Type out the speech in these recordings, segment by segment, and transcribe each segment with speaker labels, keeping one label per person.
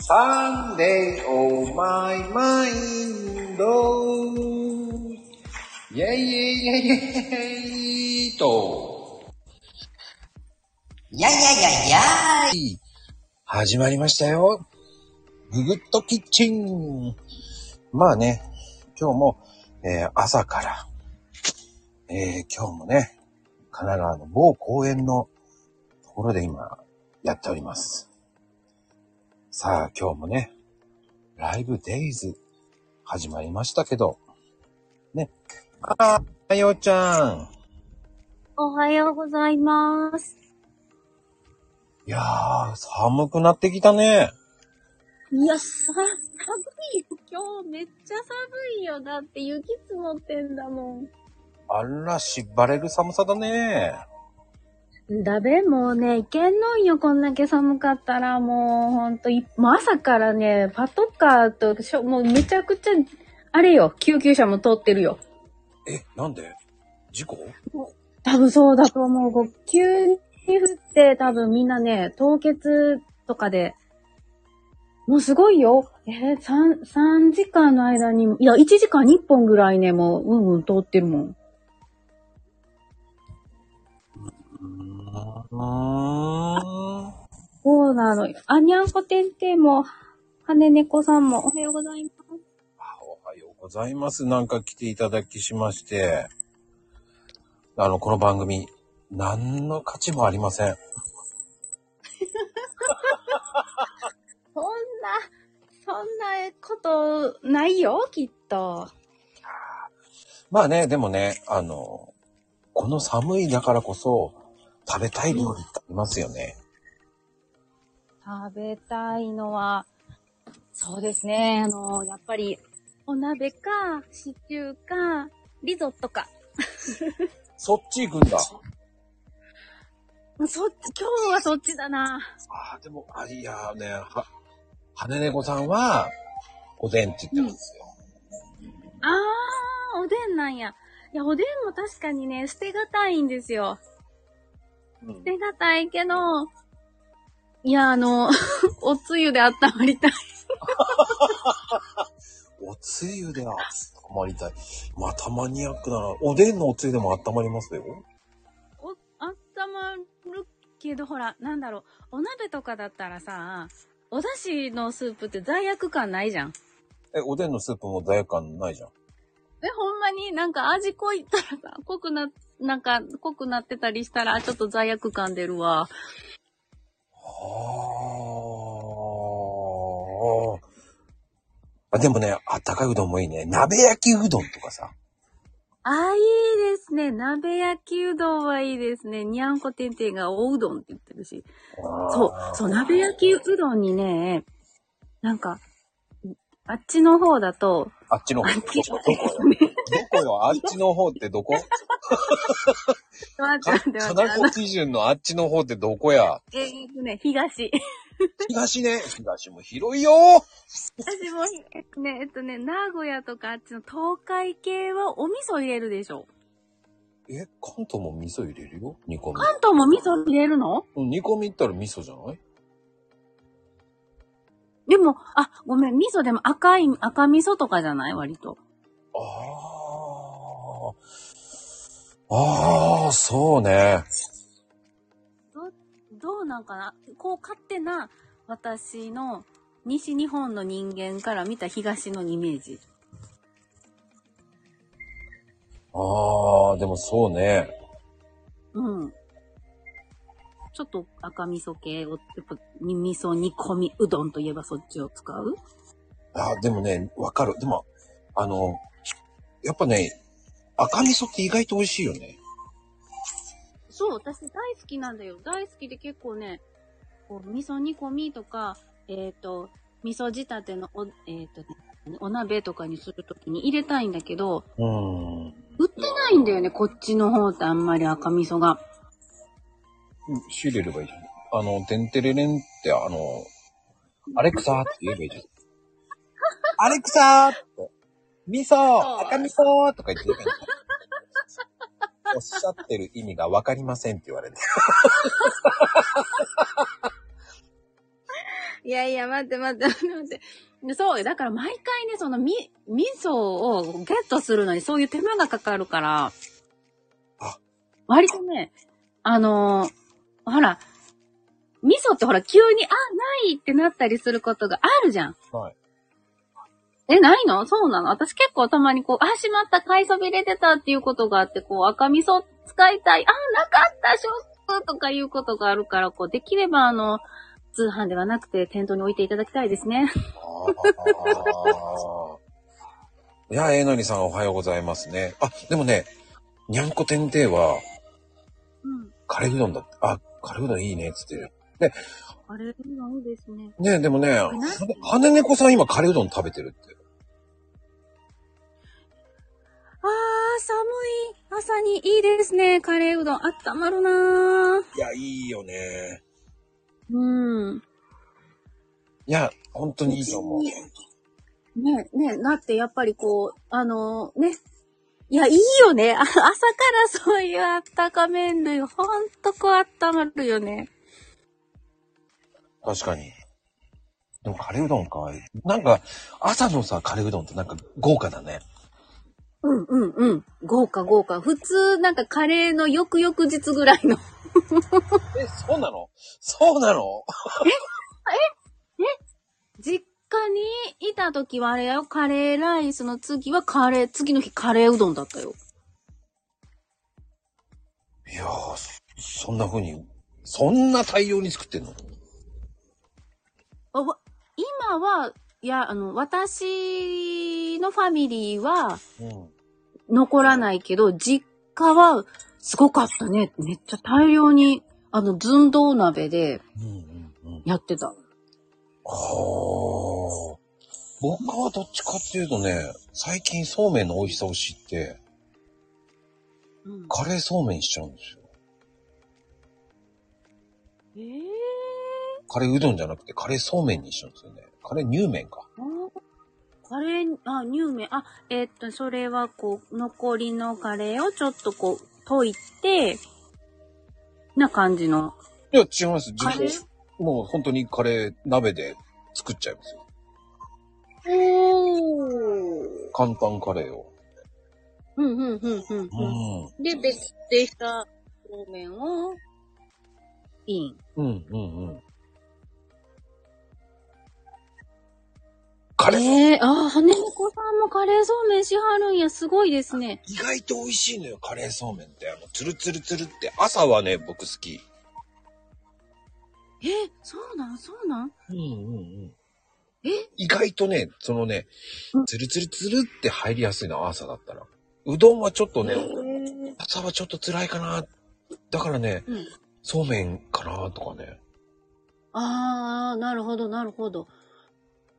Speaker 1: サンデーオーマイマインドイェイイェイイェイイェイイェイと、
Speaker 2: やいやいやいやーい
Speaker 1: 始まりましたよ。ググッとキッチン。まあね、今日も、えー朝から、えー今日もね、神奈川の某公園のところで今、やっております。さあ、今日もね、ライブデイズ始まりましたけど、ね。あー、ようちゃん。
Speaker 3: おはようございます。
Speaker 1: いやー、寒くなってきたね。
Speaker 3: いや、さ、寒いよ。今日めっちゃ寒いよ。だって雪積もってんだも
Speaker 1: あら、縛れる寒さだね。
Speaker 3: ん。だべ、もうね、いけんのんよ。こんだけ寒かったら、もうほんとい、もう朝からね、パトカーと、しょもうめちゃくちゃ、あれよ、救急車も通ってるよ。
Speaker 1: え、なんで事故
Speaker 3: 多分そうだと思う。こう急に降って、多分みんなね、凍結とかで、もうすごいよ。えー、3、三時間の間に、いや、1時間に1本ぐらいね、もう、うんうん、通ってるもん。
Speaker 1: うーん。
Speaker 3: そうなのよ。あにゃんこてんてんも、はねねこさんも、おはようございます。
Speaker 1: おはようございます。なんか来ていただきしまして。あの、この番組、何の価値もありません。
Speaker 3: そんな、そんなこと、ないよ、きっと。
Speaker 1: まあね、でもね、あの、この寒いだからこそ、食べたい料理ってありますよね。
Speaker 3: 食べたいのは、そうですね。あの、やっぱり、お鍋か、シチューか、リゾットか。
Speaker 1: そっち行くんだ。
Speaker 3: そっち、今日はそっちだな。
Speaker 1: ああ、でも、あいやーね、は、羽根子さんは、おでんって言ってるんですよ。
Speaker 3: あー、おでんなんや。いや、おでんも確かにね、捨てがたいんですよ。
Speaker 1: うん
Speaker 3: 捨てがたいけど、いや、あの、 おつゆで温まりたい。
Speaker 1: おつゆで温まりたい。またマニアックだな。おでんのおつゆでも温まりますよ。
Speaker 3: お、温まるけど、ほら、なんだろう。お鍋とかだったらさ、お出汁のスープって罪悪感ないじゃん。
Speaker 1: え、おでんのスープも罪悪感ないじゃん。
Speaker 3: え、ほんまになんか味濃いったらさ、濃くな、なんか濃くなってたりしたら、ちょっと罪悪感出るわ。
Speaker 1: はあ。あ、でもね、あったかいうどんもいいね。鍋焼きうどんとかさ。
Speaker 3: あ、いいですね。鍋焼きうどんはいいですね。にゃんこてんてんがおうどんって言ってるし。そう、そう、鍋焼きうどんにね、なんか、あっちの方だと、
Speaker 1: あっちの方。どこよどこよあっちの方って どこ
Speaker 3: 待
Speaker 1: か
Speaker 3: って待って待って
Speaker 1: 金
Speaker 3: あの
Speaker 1: 子基準のあっちの方ってどこや
Speaker 3: えーとね、東。
Speaker 1: 東ね。東も広いよ
Speaker 3: 私も、ね、えっとね、名古屋とかあっちの東海系はお味噌入れるでしょ。
Speaker 1: え、関東も味噌入れるよ煮込み。
Speaker 3: 関東も味噌入れるの
Speaker 1: うん煮込み行ったら味噌じゃない
Speaker 3: でも、あ、ごめん、味噌でも赤い、赤味噌とかじゃない割と。
Speaker 1: ああ。ああ、そうね。
Speaker 3: どうなんかなこう勝手な私の西日本の人間から見た東のイメージ。
Speaker 1: ああ、でもそうね。
Speaker 3: うん。ちょっと赤味噌系を、やっぱ、に味噌煮込みうどんといえばそっちを使う
Speaker 1: あ、でもね、わかる。でも、あの、やっぱね、赤味噌って意外と美味しいよね。
Speaker 3: そう、私大好きなんだよ。大好きで結構ね、こう味噌煮込みとか、えっ、と、味噌仕立てのお、えっ、とね、お鍋とかにするときに入れたいんだけど、
Speaker 1: うーん。
Speaker 3: 売ってないんだよね、こっちの方ってあんまり赤味噌が。
Speaker 1: 仕入れればいいじゃん。あの、てんてれれんって、あの、アレクサーって言えばいいじゃん。アレクサーって、味噌赤味噌とか言ってるから。おっしゃってる意味がわかりませんって言われて。
Speaker 3: いやいや、待って待って待って待って。そうよだから毎回ね、そのみ、味噌をゲットするのにそういう手間がかかるから
Speaker 1: あ、
Speaker 3: 割とね、あのーほら、味噌ってほら急に、あ、ないってなったりすることがあるじゃん。
Speaker 1: はい。
Speaker 3: え、ないのそうなの私結構たまにこう、あ、しまった、買いそびれてたっていうことがあって、こう、赤味噌使いたい、あ、なかった、ショックとかいうことがあるから、こう、できればあの、通販ではなくて店頭に置いていただきたいですね。
Speaker 1: あーいや、えのりさんおはようございますね。あ、でもね、にゃんこ天帝は、
Speaker 3: うん。
Speaker 1: カレーうどんだって、あ、カレーうどんいいね、つって。
Speaker 3: あれ、いいですね。
Speaker 1: ねでもね、は羽猫さん今カレーうどん食べてるって。
Speaker 3: あー、寒い朝にいいですね。カレーうどん温まるなー。
Speaker 1: いや、いいよね。
Speaker 3: うん。
Speaker 1: いや、本当にいいと思う。
Speaker 3: ね、ね、だってやっぱりこう、あのーね。いや、いいよね。 あ朝からそういうあったか麺類、ほんとこう温まるよね。
Speaker 1: 確かに。でもカレーうどんか。なんか、朝のさ、カレーうどんってなんか豪華だね。
Speaker 3: うんうんうん。豪華豪華。普通、なんかカレーの翌々日ぐらいの。
Speaker 1: え、そうなのそうなの
Speaker 3: 実家にいた時はあれだよ、カレーライスの次はカレー、次の日カレーうどんだったよ。
Speaker 1: いやー、そそんな風に、そんな大量に作ってんの
Speaker 3: あわ今は、いや、あの、私のファミリーは
Speaker 1: うん。
Speaker 3: 残らないけど、実家はすごかったね。めっちゃ大量に、あの、寸胴鍋で
Speaker 1: うんうんうん。
Speaker 3: やってた。
Speaker 1: あー。僕はどっちかっていうとね、最近そうめんの美味しさを知って、
Speaker 3: うん、
Speaker 1: カレーそうめんしちゃうんですよ。
Speaker 3: ええ
Speaker 1: カレーうどんじゃなくてカレーそうめんにしちゃうんですよね。カレー乳麺か。
Speaker 3: カレー、あ、乳麺、あ、えーっと、それはこう、残りのカレーをちょっとこう、溶いて、な感じの。
Speaker 1: いや、違います。自
Speaker 3: カレ
Speaker 1: 分
Speaker 3: ー、
Speaker 1: もう本当にカレー鍋で作っちゃいますよ。
Speaker 3: おー。
Speaker 1: 簡単カレーを。
Speaker 3: うん、うん、うん、うん。
Speaker 1: うん。
Speaker 3: で、別定したそうめんを、イン。
Speaker 1: うんうんうん。カレー、
Speaker 3: ええあー、羽根子さんもカレーそうめんしはるんや、すごいですね。
Speaker 1: 意外と美味しいのよ、カレーそうめんって。あの、つるつるつるって。朝はね、僕好き。
Speaker 3: えそうなんそうなん
Speaker 1: うんうんうん。
Speaker 3: え
Speaker 1: 意外とね、そのね
Speaker 3: うん、
Speaker 1: つるつるつるって入りやすいの、朝だったら。うどんはちょっと
Speaker 3: え
Speaker 1: ね、朝はちょっと辛いかな。だからね、
Speaker 3: うん。
Speaker 1: そうめんかなとかね。
Speaker 3: あー、なるほど、なるほど。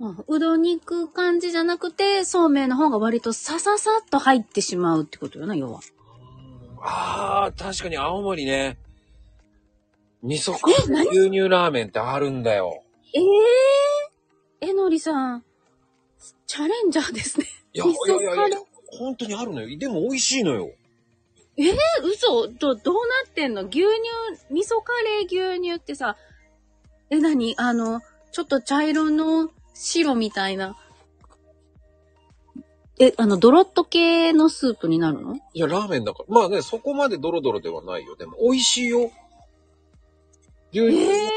Speaker 3: うんうどんに行く感じじゃなくて、そうめんの方が割とさささっと入ってしまうってことよな、要は。
Speaker 1: あー、確かに青森ね。味噌
Speaker 3: え何
Speaker 1: 牛乳ラーメンってあるんだよ。
Speaker 3: ええー、えのりさん、チャレンジャーですね。
Speaker 1: いや、い
Speaker 3: 味
Speaker 1: や
Speaker 3: 噌
Speaker 1: いやい
Speaker 3: カレ
Speaker 1: や
Speaker 3: ー、
Speaker 1: 本当にあるのよ。でも美味しいのよ。
Speaker 3: え、嘘ど、どうなってんの牛乳、味噌カレー牛乳ってさ、え、なにあの、ちょっと茶色の白みたいな。え、あの、ドロッと系のスープになるの
Speaker 1: いや、ラーメンだから。まあね、そこまでドロドロではないよ。でも、美味しいよ。牛
Speaker 3: え
Speaker 1: 乳
Speaker 3: え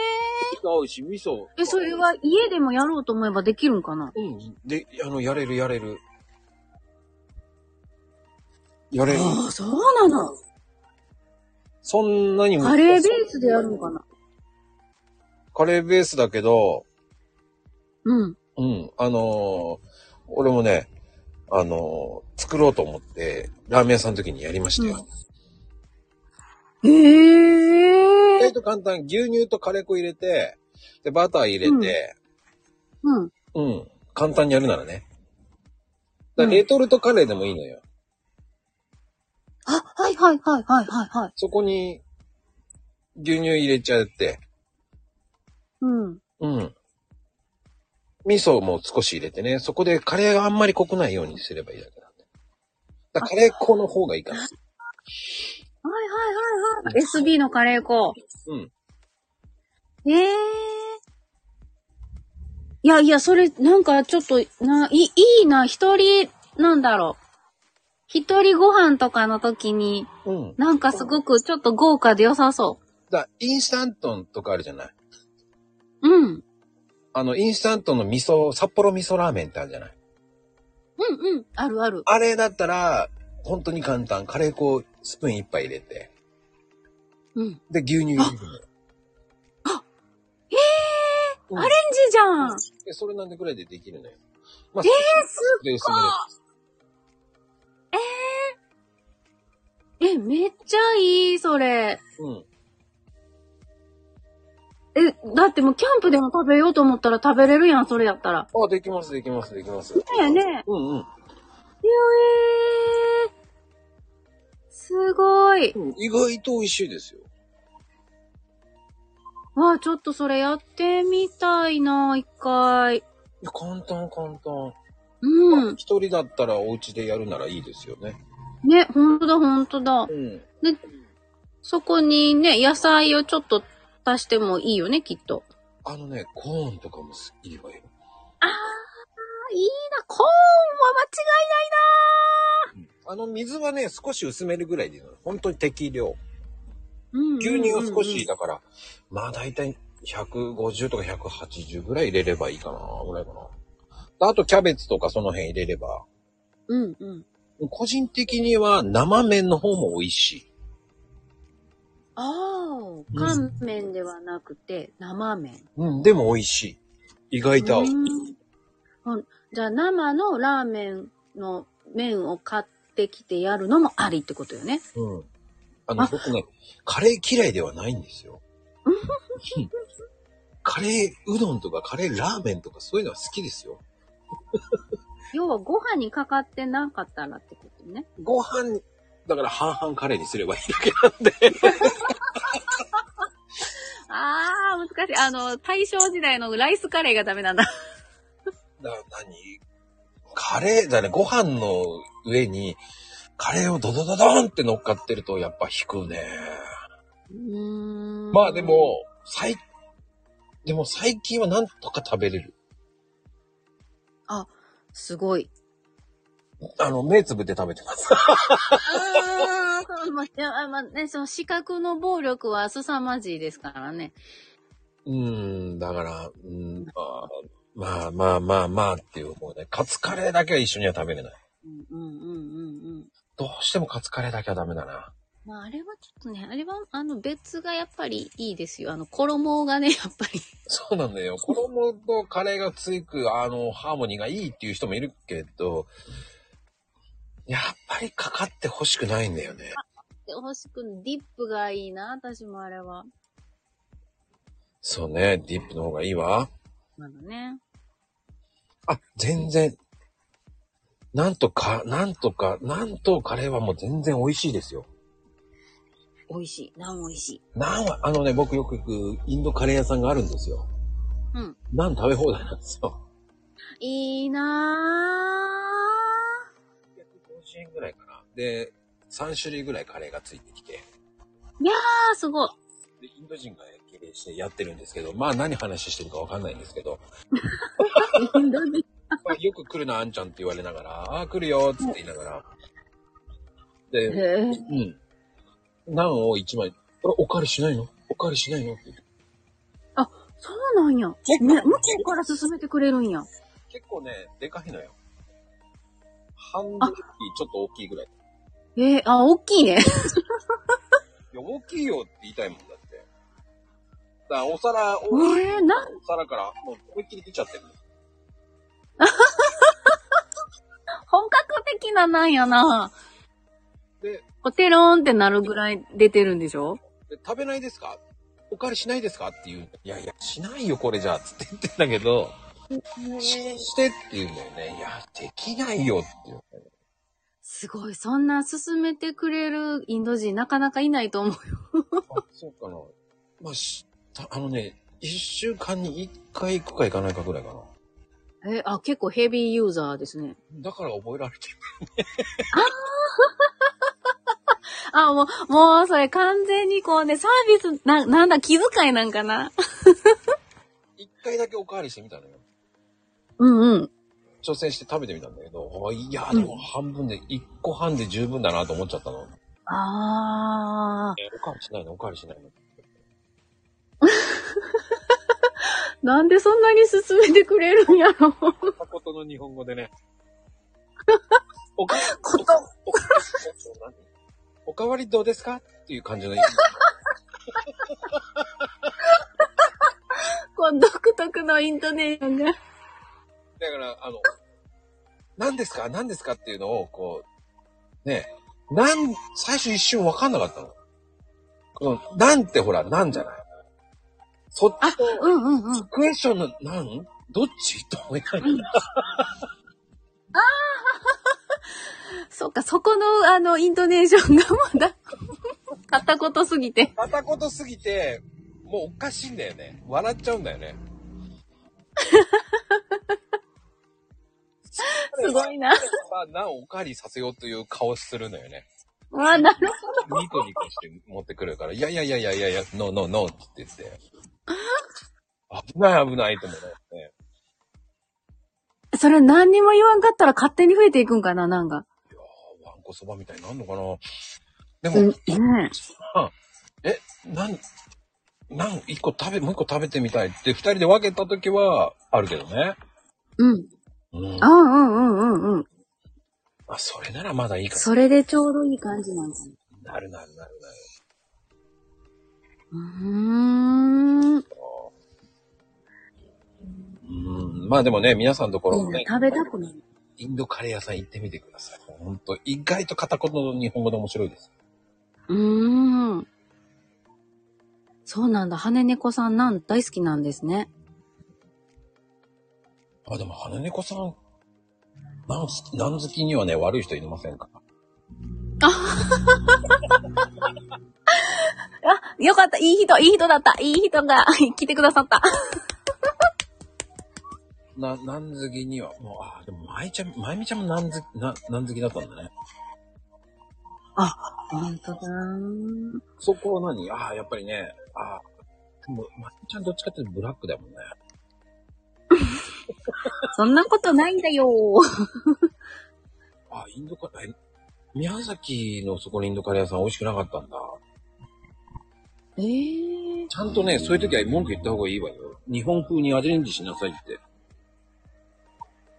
Speaker 1: が合うし、味噌。
Speaker 3: え、それは家でもやろうと思えばできるんかな
Speaker 1: うん。で、あの、やれるやれる。やれる。
Speaker 3: ああ、そうなの。
Speaker 1: そんなにも
Speaker 3: カレーベースでやるのかな
Speaker 1: カレーベースだけど、
Speaker 3: うん。
Speaker 1: うん。あのー俺もね、あのー作ろうと思って、ラーメン屋さんの時にやりましたよ。意
Speaker 3: ええ
Speaker 1: 外と簡単。牛乳とカレー粉入れて、で、バター入れて、
Speaker 3: うん。
Speaker 1: うん、簡単にやるならね。だからレトルトカレーでもいいのよ。
Speaker 3: あ、はいはいはいはいはいはい。
Speaker 1: そこに、牛乳入れちゃって、
Speaker 3: うん。
Speaker 1: うん。味噌も少し入れてね、そこでカレーがあんまり濃くないようにすればいいだけなんで。だからカレー粉の方がいいかな。
Speaker 3: はいはいはいはい。SB のカレー粉。
Speaker 1: うん。
Speaker 3: ええやいや、それ、なんかちょっと、な、い、いいな、一人、なんだろう。一人ご飯とかの時に、
Speaker 1: うん。
Speaker 3: なんかすごくちょっと豪華で良さそ。
Speaker 1: だインスタントとかあるじゃないう
Speaker 3: うん。うん
Speaker 1: あの、インスタントの味噌、札幌味噌ラーメンってあるじゃない
Speaker 3: うん。あるある。
Speaker 1: あれだったら、本当に簡単。カレー粉をスプーン一杯入れて。
Speaker 3: うん。
Speaker 1: で、牛乳入れるのようん
Speaker 3: アレンジじゃん
Speaker 1: でそれなんでぐらいでできるのよ。まあ、
Speaker 3: えー、す
Speaker 1: でその
Speaker 3: っえ、めっちゃいい、それ。
Speaker 1: うん。
Speaker 3: え、だってもうキャンプでも食べようと思ったら食べれるやん、それやった
Speaker 1: あ、
Speaker 3: ら。
Speaker 1: できます、できます、できます。
Speaker 3: だよね。
Speaker 1: うんうん
Speaker 3: いやえー、すごい。
Speaker 1: うん。意外と美味しいですよ。
Speaker 3: わあ、ちょっとそれやってみたいな、一回。
Speaker 1: いや簡単、簡単。
Speaker 3: うん。
Speaker 1: 一人だったらお家でやるならいいですよね。
Speaker 3: ね、ほんとだ、ほんとだ。
Speaker 1: うん。
Speaker 3: で、そこにね、野菜をちょっと足してもいいよね、きっと。
Speaker 1: あのね、コーンとかもすいいわよ。
Speaker 3: あ、いいな、コーンは間違いないな
Speaker 1: あの水はね、少し薄めるぐらいでいいの。本当に適量。
Speaker 3: うん
Speaker 1: 牛乳を少し、
Speaker 3: だ。
Speaker 1: だから、まあ大体150とか180ぐらい入れればいいかな、ぐらいかな。あとキャベツとかその辺入れれば、
Speaker 3: うんうん。
Speaker 1: 個人的には生麺の方も美味しい。
Speaker 3: ああ、乾麺ではなくて、生麺。
Speaker 1: うん、でも美味しい。意外と合う。
Speaker 3: うんほんじゃあ、生のラーメンの麺を買ってきてやるのもありってことよね。
Speaker 1: うん。あの、
Speaker 3: あ
Speaker 1: 僕ね、カレー嫌いではないんですよ。カレーうどんとかカレーラーメンとかそういうのは好きですよ。
Speaker 3: 要は、ご飯にかかってなかったらってことね。
Speaker 1: ご飯、だから半々カレーにすればいいだけなんで。
Speaker 3: ああ、難しい。あの、大正時代のライスカレーがダメなんだ。
Speaker 1: な、何カレーだね、ご飯の上に、カレーをドドドドンって乗っかってると、やっぱ引くね。
Speaker 3: うーん
Speaker 1: まあで、も、最、でも最近はなんとか食べれる。
Speaker 3: すご い。
Speaker 1: あの、目つぶって食べてます。
Speaker 3: あーそうまあ、いやあまあね、その視覚の暴力は凄まじいですからね。
Speaker 1: うーん、だから、うーん、まあ、まあまあまあまあっていう方で、カツカレーだけは一緒には食べれない。
Speaker 3: うんうんうんうんうん。
Speaker 1: どうしてもカツカレーだけはダメだな。
Speaker 3: まあ、あれはちょっとね、あれは、あの、別がやっぱりいいですよ。あの、衣がね、 やっぱり。
Speaker 1: そうなんだよ。子供とカレーがつく、あの、ハーモニーがいいっていう人もいるけど、やっぱりかかってほしくないんだよね。
Speaker 3: 欲しくディップがいいな、私もあれは。
Speaker 1: そうね、ディップの方がいいわ。
Speaker 3: まだね。
Speaker 1: あ、全然。なんとか、なんとか、なんとカレーはもう全然美味しいですよ。
Speaker 3: 美味しい。なん美味しい。
Speaker 1: なんは、あのね、僕よく行くインドカレー屋さんがあるんですよ。
Speaker 3: うん。
Speaker 1: なん食べ放題なんですよ。
Speaker 3: いいな
Speaker 1: 150円ぐらいかな。で、3種類ぐらいカレーがついてきて。
Speaker 3: ぁ。あー、すごい。
Speaker 1: で、インド人が綺麗してやってるんですけど、まあ何話してるかわかんないんですけど、
Speaker 3: インド人
Speaker 1: まあ、よく来るな、あんちゃんって言われながら、ああ、来るよ、つって言いながら。
Speaker 3: へ
Speaker 1: で、
Speaker 3: ー
Speaker 1: うん。ナンを一枚、これおかわりしないのおかわりしないのって言って
Speaker 3: そうなんや。ね、
Speaker 1: 結構
Speaker 3: 向こうから進めてくれるんや。
Speaker 1: 結構ね、でかいのよ。半分よりちょっと大きいぐらい。い
Speaker 3: えー、あ、大きいね。
Speaker 1: や、大きいよって言いたいもんだって。だからお皿、
Speaker 3: え
Speaker 1: お
Speaker 3: ー、な、
Speaker 1: 皿からもう思いっきり出ちゃってるの。
Speaker 3: 本格的ななんやな
Speaker 1: で、
Speaker 3: こうテローンってなるぐらい出てるんでしょ
Speaker 1: で食べないですかおかわりしないですかって言う。いやいや、しないよ、これじゃあ、つって言ってんだけど、ししてって言うんだよね。いや、できないよって言う。
Speaker 3: すごい、そんな進めてくれるインド人なかなかいないと思う。
Speaker 1: あ、そうかな。まあ、したあのね、一週間に一回行くか行かないかぐらいかな。
Speaker 3: え、あ、結構ヘビーユーザーですね。
Speaker 1: だから覚えられてる。
Speaker 3: あ、もう、もう、それ完全にこうね、サービス、な、なんだ、気遣いなんかな。
Speaker 1: 一回だけおかわりしてみたのよ。
Speaker 3: うんうん。
Speaker 1: 挑戦して食べてみたんだけど、あいや、でも半分で、1個半で十分だなと思っちゃったの。
Speaker 3: あ
Speaker 1: えおかわりしないのおかわりしないの
Speaker 3: ー。なんでそんなに勧めてくれるんや ろ。
Speaker 1: 片言の日本語でね。おか
Speaker 3: こと
Speaker 1: おかおかわりどうですかっていう感じの。
Speaker 3: この独特のイントネーションが。
Speaker 1: だから、あの、何ですか何ですかっていうのを、こう、ね、なん、最初一瞬わかんなかったの。この、なんってほら、なんじゃないそっちと、
Speaker 3: うんうんうん。
Speaker 1: クエスチョンの、なんどっちと思いながら
Speaker 3: そっか、そこの、あの、イントネーションがま だ、片言すぎて。
Speaker 1: 片言すぎて、もうおかしいんだよね。笑っちゃうんだよね。
Speaker 3: すごいな。
Speaker 1: まあ、なおおかわりさせようという顔するのよね。
Speaker 3: あ、なるほど。
Speaker 1: ニコニコして持ってくるから、いやいやいやいやいやいや、ノーノーノーって言って。危ない危ないと思って、ね。
Speaker 3: それ何にも言わんかったら勝手に増えていくんかな、なんか。
Speaker 1: わんこそばみたいになんのかなで
Speaker 3: うん
Speaker 1: も、
Speaker 3: ねえ
Speaker 1: え、なん、なん、一個食べ、もう一個食べてみたいって二人で分けた時はあるけどね。
Speaker 3: うん。
Speaker 1: うん。
Speaker 3: あうんうんうんうん。
Speaker 1: あ、それならまだいいか
Speaker 3: それでちょうどいい感じなんですね。
Speaker 1: な。なるなるなるなる。
Speaker 3: うーん。
Speaker 1: うん。まあでもね、皆さんのところも
Speaker 3: いい
Speaker 1: ね
Speaker 3: な、食べたくなる。
Speaker 1: インドカレー屋さん行ってみてください。ほんと、意外と片言の日本語で面白いです。
Speaker 3: うーん。そうなんだ。羽根猫さんなん大好きなんですね。
Speaker 1: あ、でも、羽根猫さん、なんす、なん好きにはね、悪い人いませんか
Speaker 3: あ、よかった。いい人、いい人だった。いい人が 来てくださった。
Speaker 1: な、なん好きには、もう、あ、でも、まいちゃん、まゆみちゃんもなん好き、な、なん好きだったんだね。
Speaker 3: ほんとだー。
Speaker 1: そこは何ああ、やっぱりね、ああ、でも、まゆみちゃんどっちかっていうとブラックだもんね。
Speaker 3: そんなことないんだよー。
Speaker 1: ああ、インドカレー、え宮崎のそこのインドカレー屋さん美味しくなかったんだ。
Speaker 3: ええー。
Speaker 1: ちゃんとね、そういう時は文句言った方がいいわよ。日本風にアレンジしなさいって。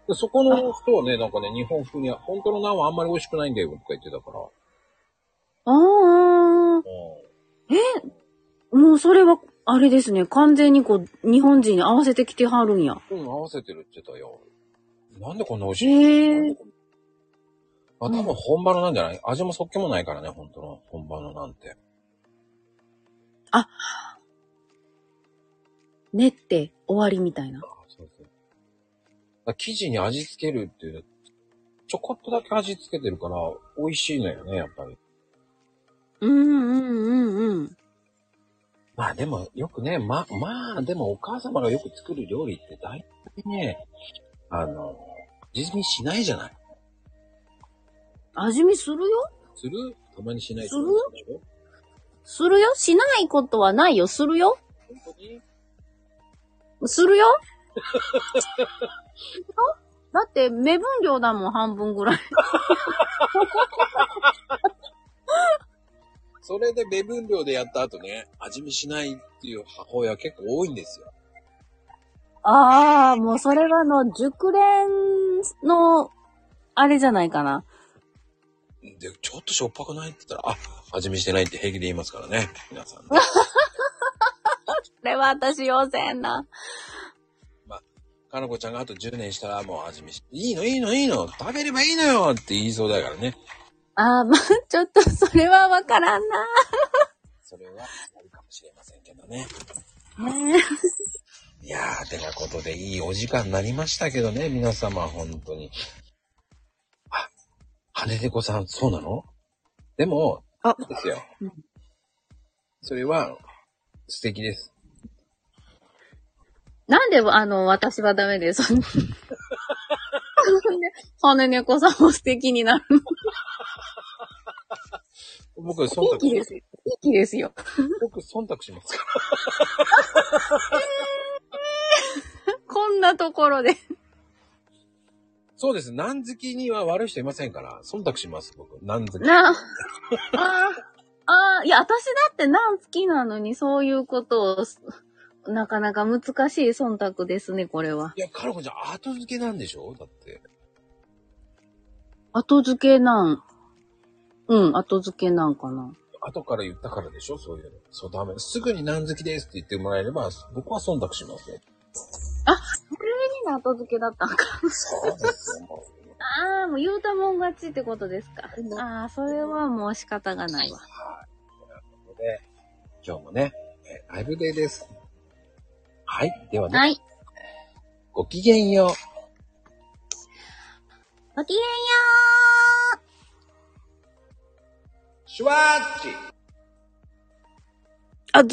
Speaker 1: でそこの人はね、なんかね、日本風には、本当のナンはあんまり美味しくないんだよ、とか言ってたから。
Speaker 3: ああ。もうそれは、あれですね。完全にこう、日本人に合わせてきてはるんや。
Speaker 1: うん、合わせてるって言ってたよ。なんでこんな美味しい
Speaker 3: ええー。
Speaker 1: あ、多分本場のなんじゃない味もそっけもないからね、本当の、本場のなんて。
Speaker 3: 練って終わりみたいな。
Speaker 1: あそうそう。だから生地に味付けるっていう、ちょこっとだけ味付けてるから、美味しいのよね、やっぱり。
Speaker 3: うんうんうんうん。
Speaker 1: まあでも、よくね、ま、まあ、でもお母様がよく作る料理って大体ね、あの、味見しないじゃない
Speaker 3: 味見するよ
Speaker 1: するたまにしない
Speaker 3: する
Speaker 1: でしょ
Speaker 3: するよしないことはないよ。するよ
Speaker 1: 本当に
Speaker 3: す るよするよだって、目分量だもん、半分ぐらい。
Speaker 1: それで目分量でやった後ね、味見しないっていう母親結構多いんですよ。
Speaker 3: ああ、もうそれはあの、熟練の、あれじゃないかな。
Speaker 1: で、ちょっとしょっぱくないって言ったら、あ、味見してないって平気で言いますからね、皆さんね、
Speaker 3: それは私要せんな。
Speaker 1: かのこちゃんがあと10年したらもう味見し、いいのいいのいいの食べればいいのよって言いそうだからね。
Speaker 3: ああ、まあ、ちょっと、それはわからんな。
Speaker 1: それはあるかもしれませんけどね。
Speaker 3: ねえ
Speaker 1: いやー、てなことでいいお時間になりましたけどね、皆様、本当に。あ、羽猫さん、そうなのでも、
Speaker 3: あ
Speaker 1: ですよ
Speaker 3: うん。
Speaker 1: それは、素敵です。
Speaker 3: なんで、あの、私はダメです。そんな羽猫さんも素敵にな る。
Speaker 1: 僕、忖
Speaker 3: 元
Speaker 1: 度
Speaker 3: 気、ですよ。元気ですよ。
Speaker 1: 僕、忖度しますか
Speaker 3: こんなところで。
Speaker 1: そうです。何好きには悪い人いませんから、忖度します、僕。何好き。
Speaker 3: なあ、ああ、ああ、いや、私だってなん好きなのに、そういうことをす、なかなか難しい忖度ですね、これは。
Speaker 1: いや、カラコちゃん、後付けなんでしょだって。
Speaker 3: 後付けなん。うん、後付けなんかな。
Speaker 1: 後から言ったからでしょそういうの。そう、ダメ。すぐに何好きですって言ってもらえれば、僕は忖度しますよ。
Speaker 3: 何が後付けだったんか。
Speaker 1: そうですよ、もう。
Speaker 3: ああ、もう言うたもん勝ちってことですか。ああ、それはもう仕方がないわ。
Speaker 1: で、今日もね、えーライブデーです。はい。ではね、
Speaker 3: はい。
Speaker 1: ごきげんよう。
Speaker 3: ごきげんよう
Speaker 1: シュワッチ
Speaker 3: あ、ず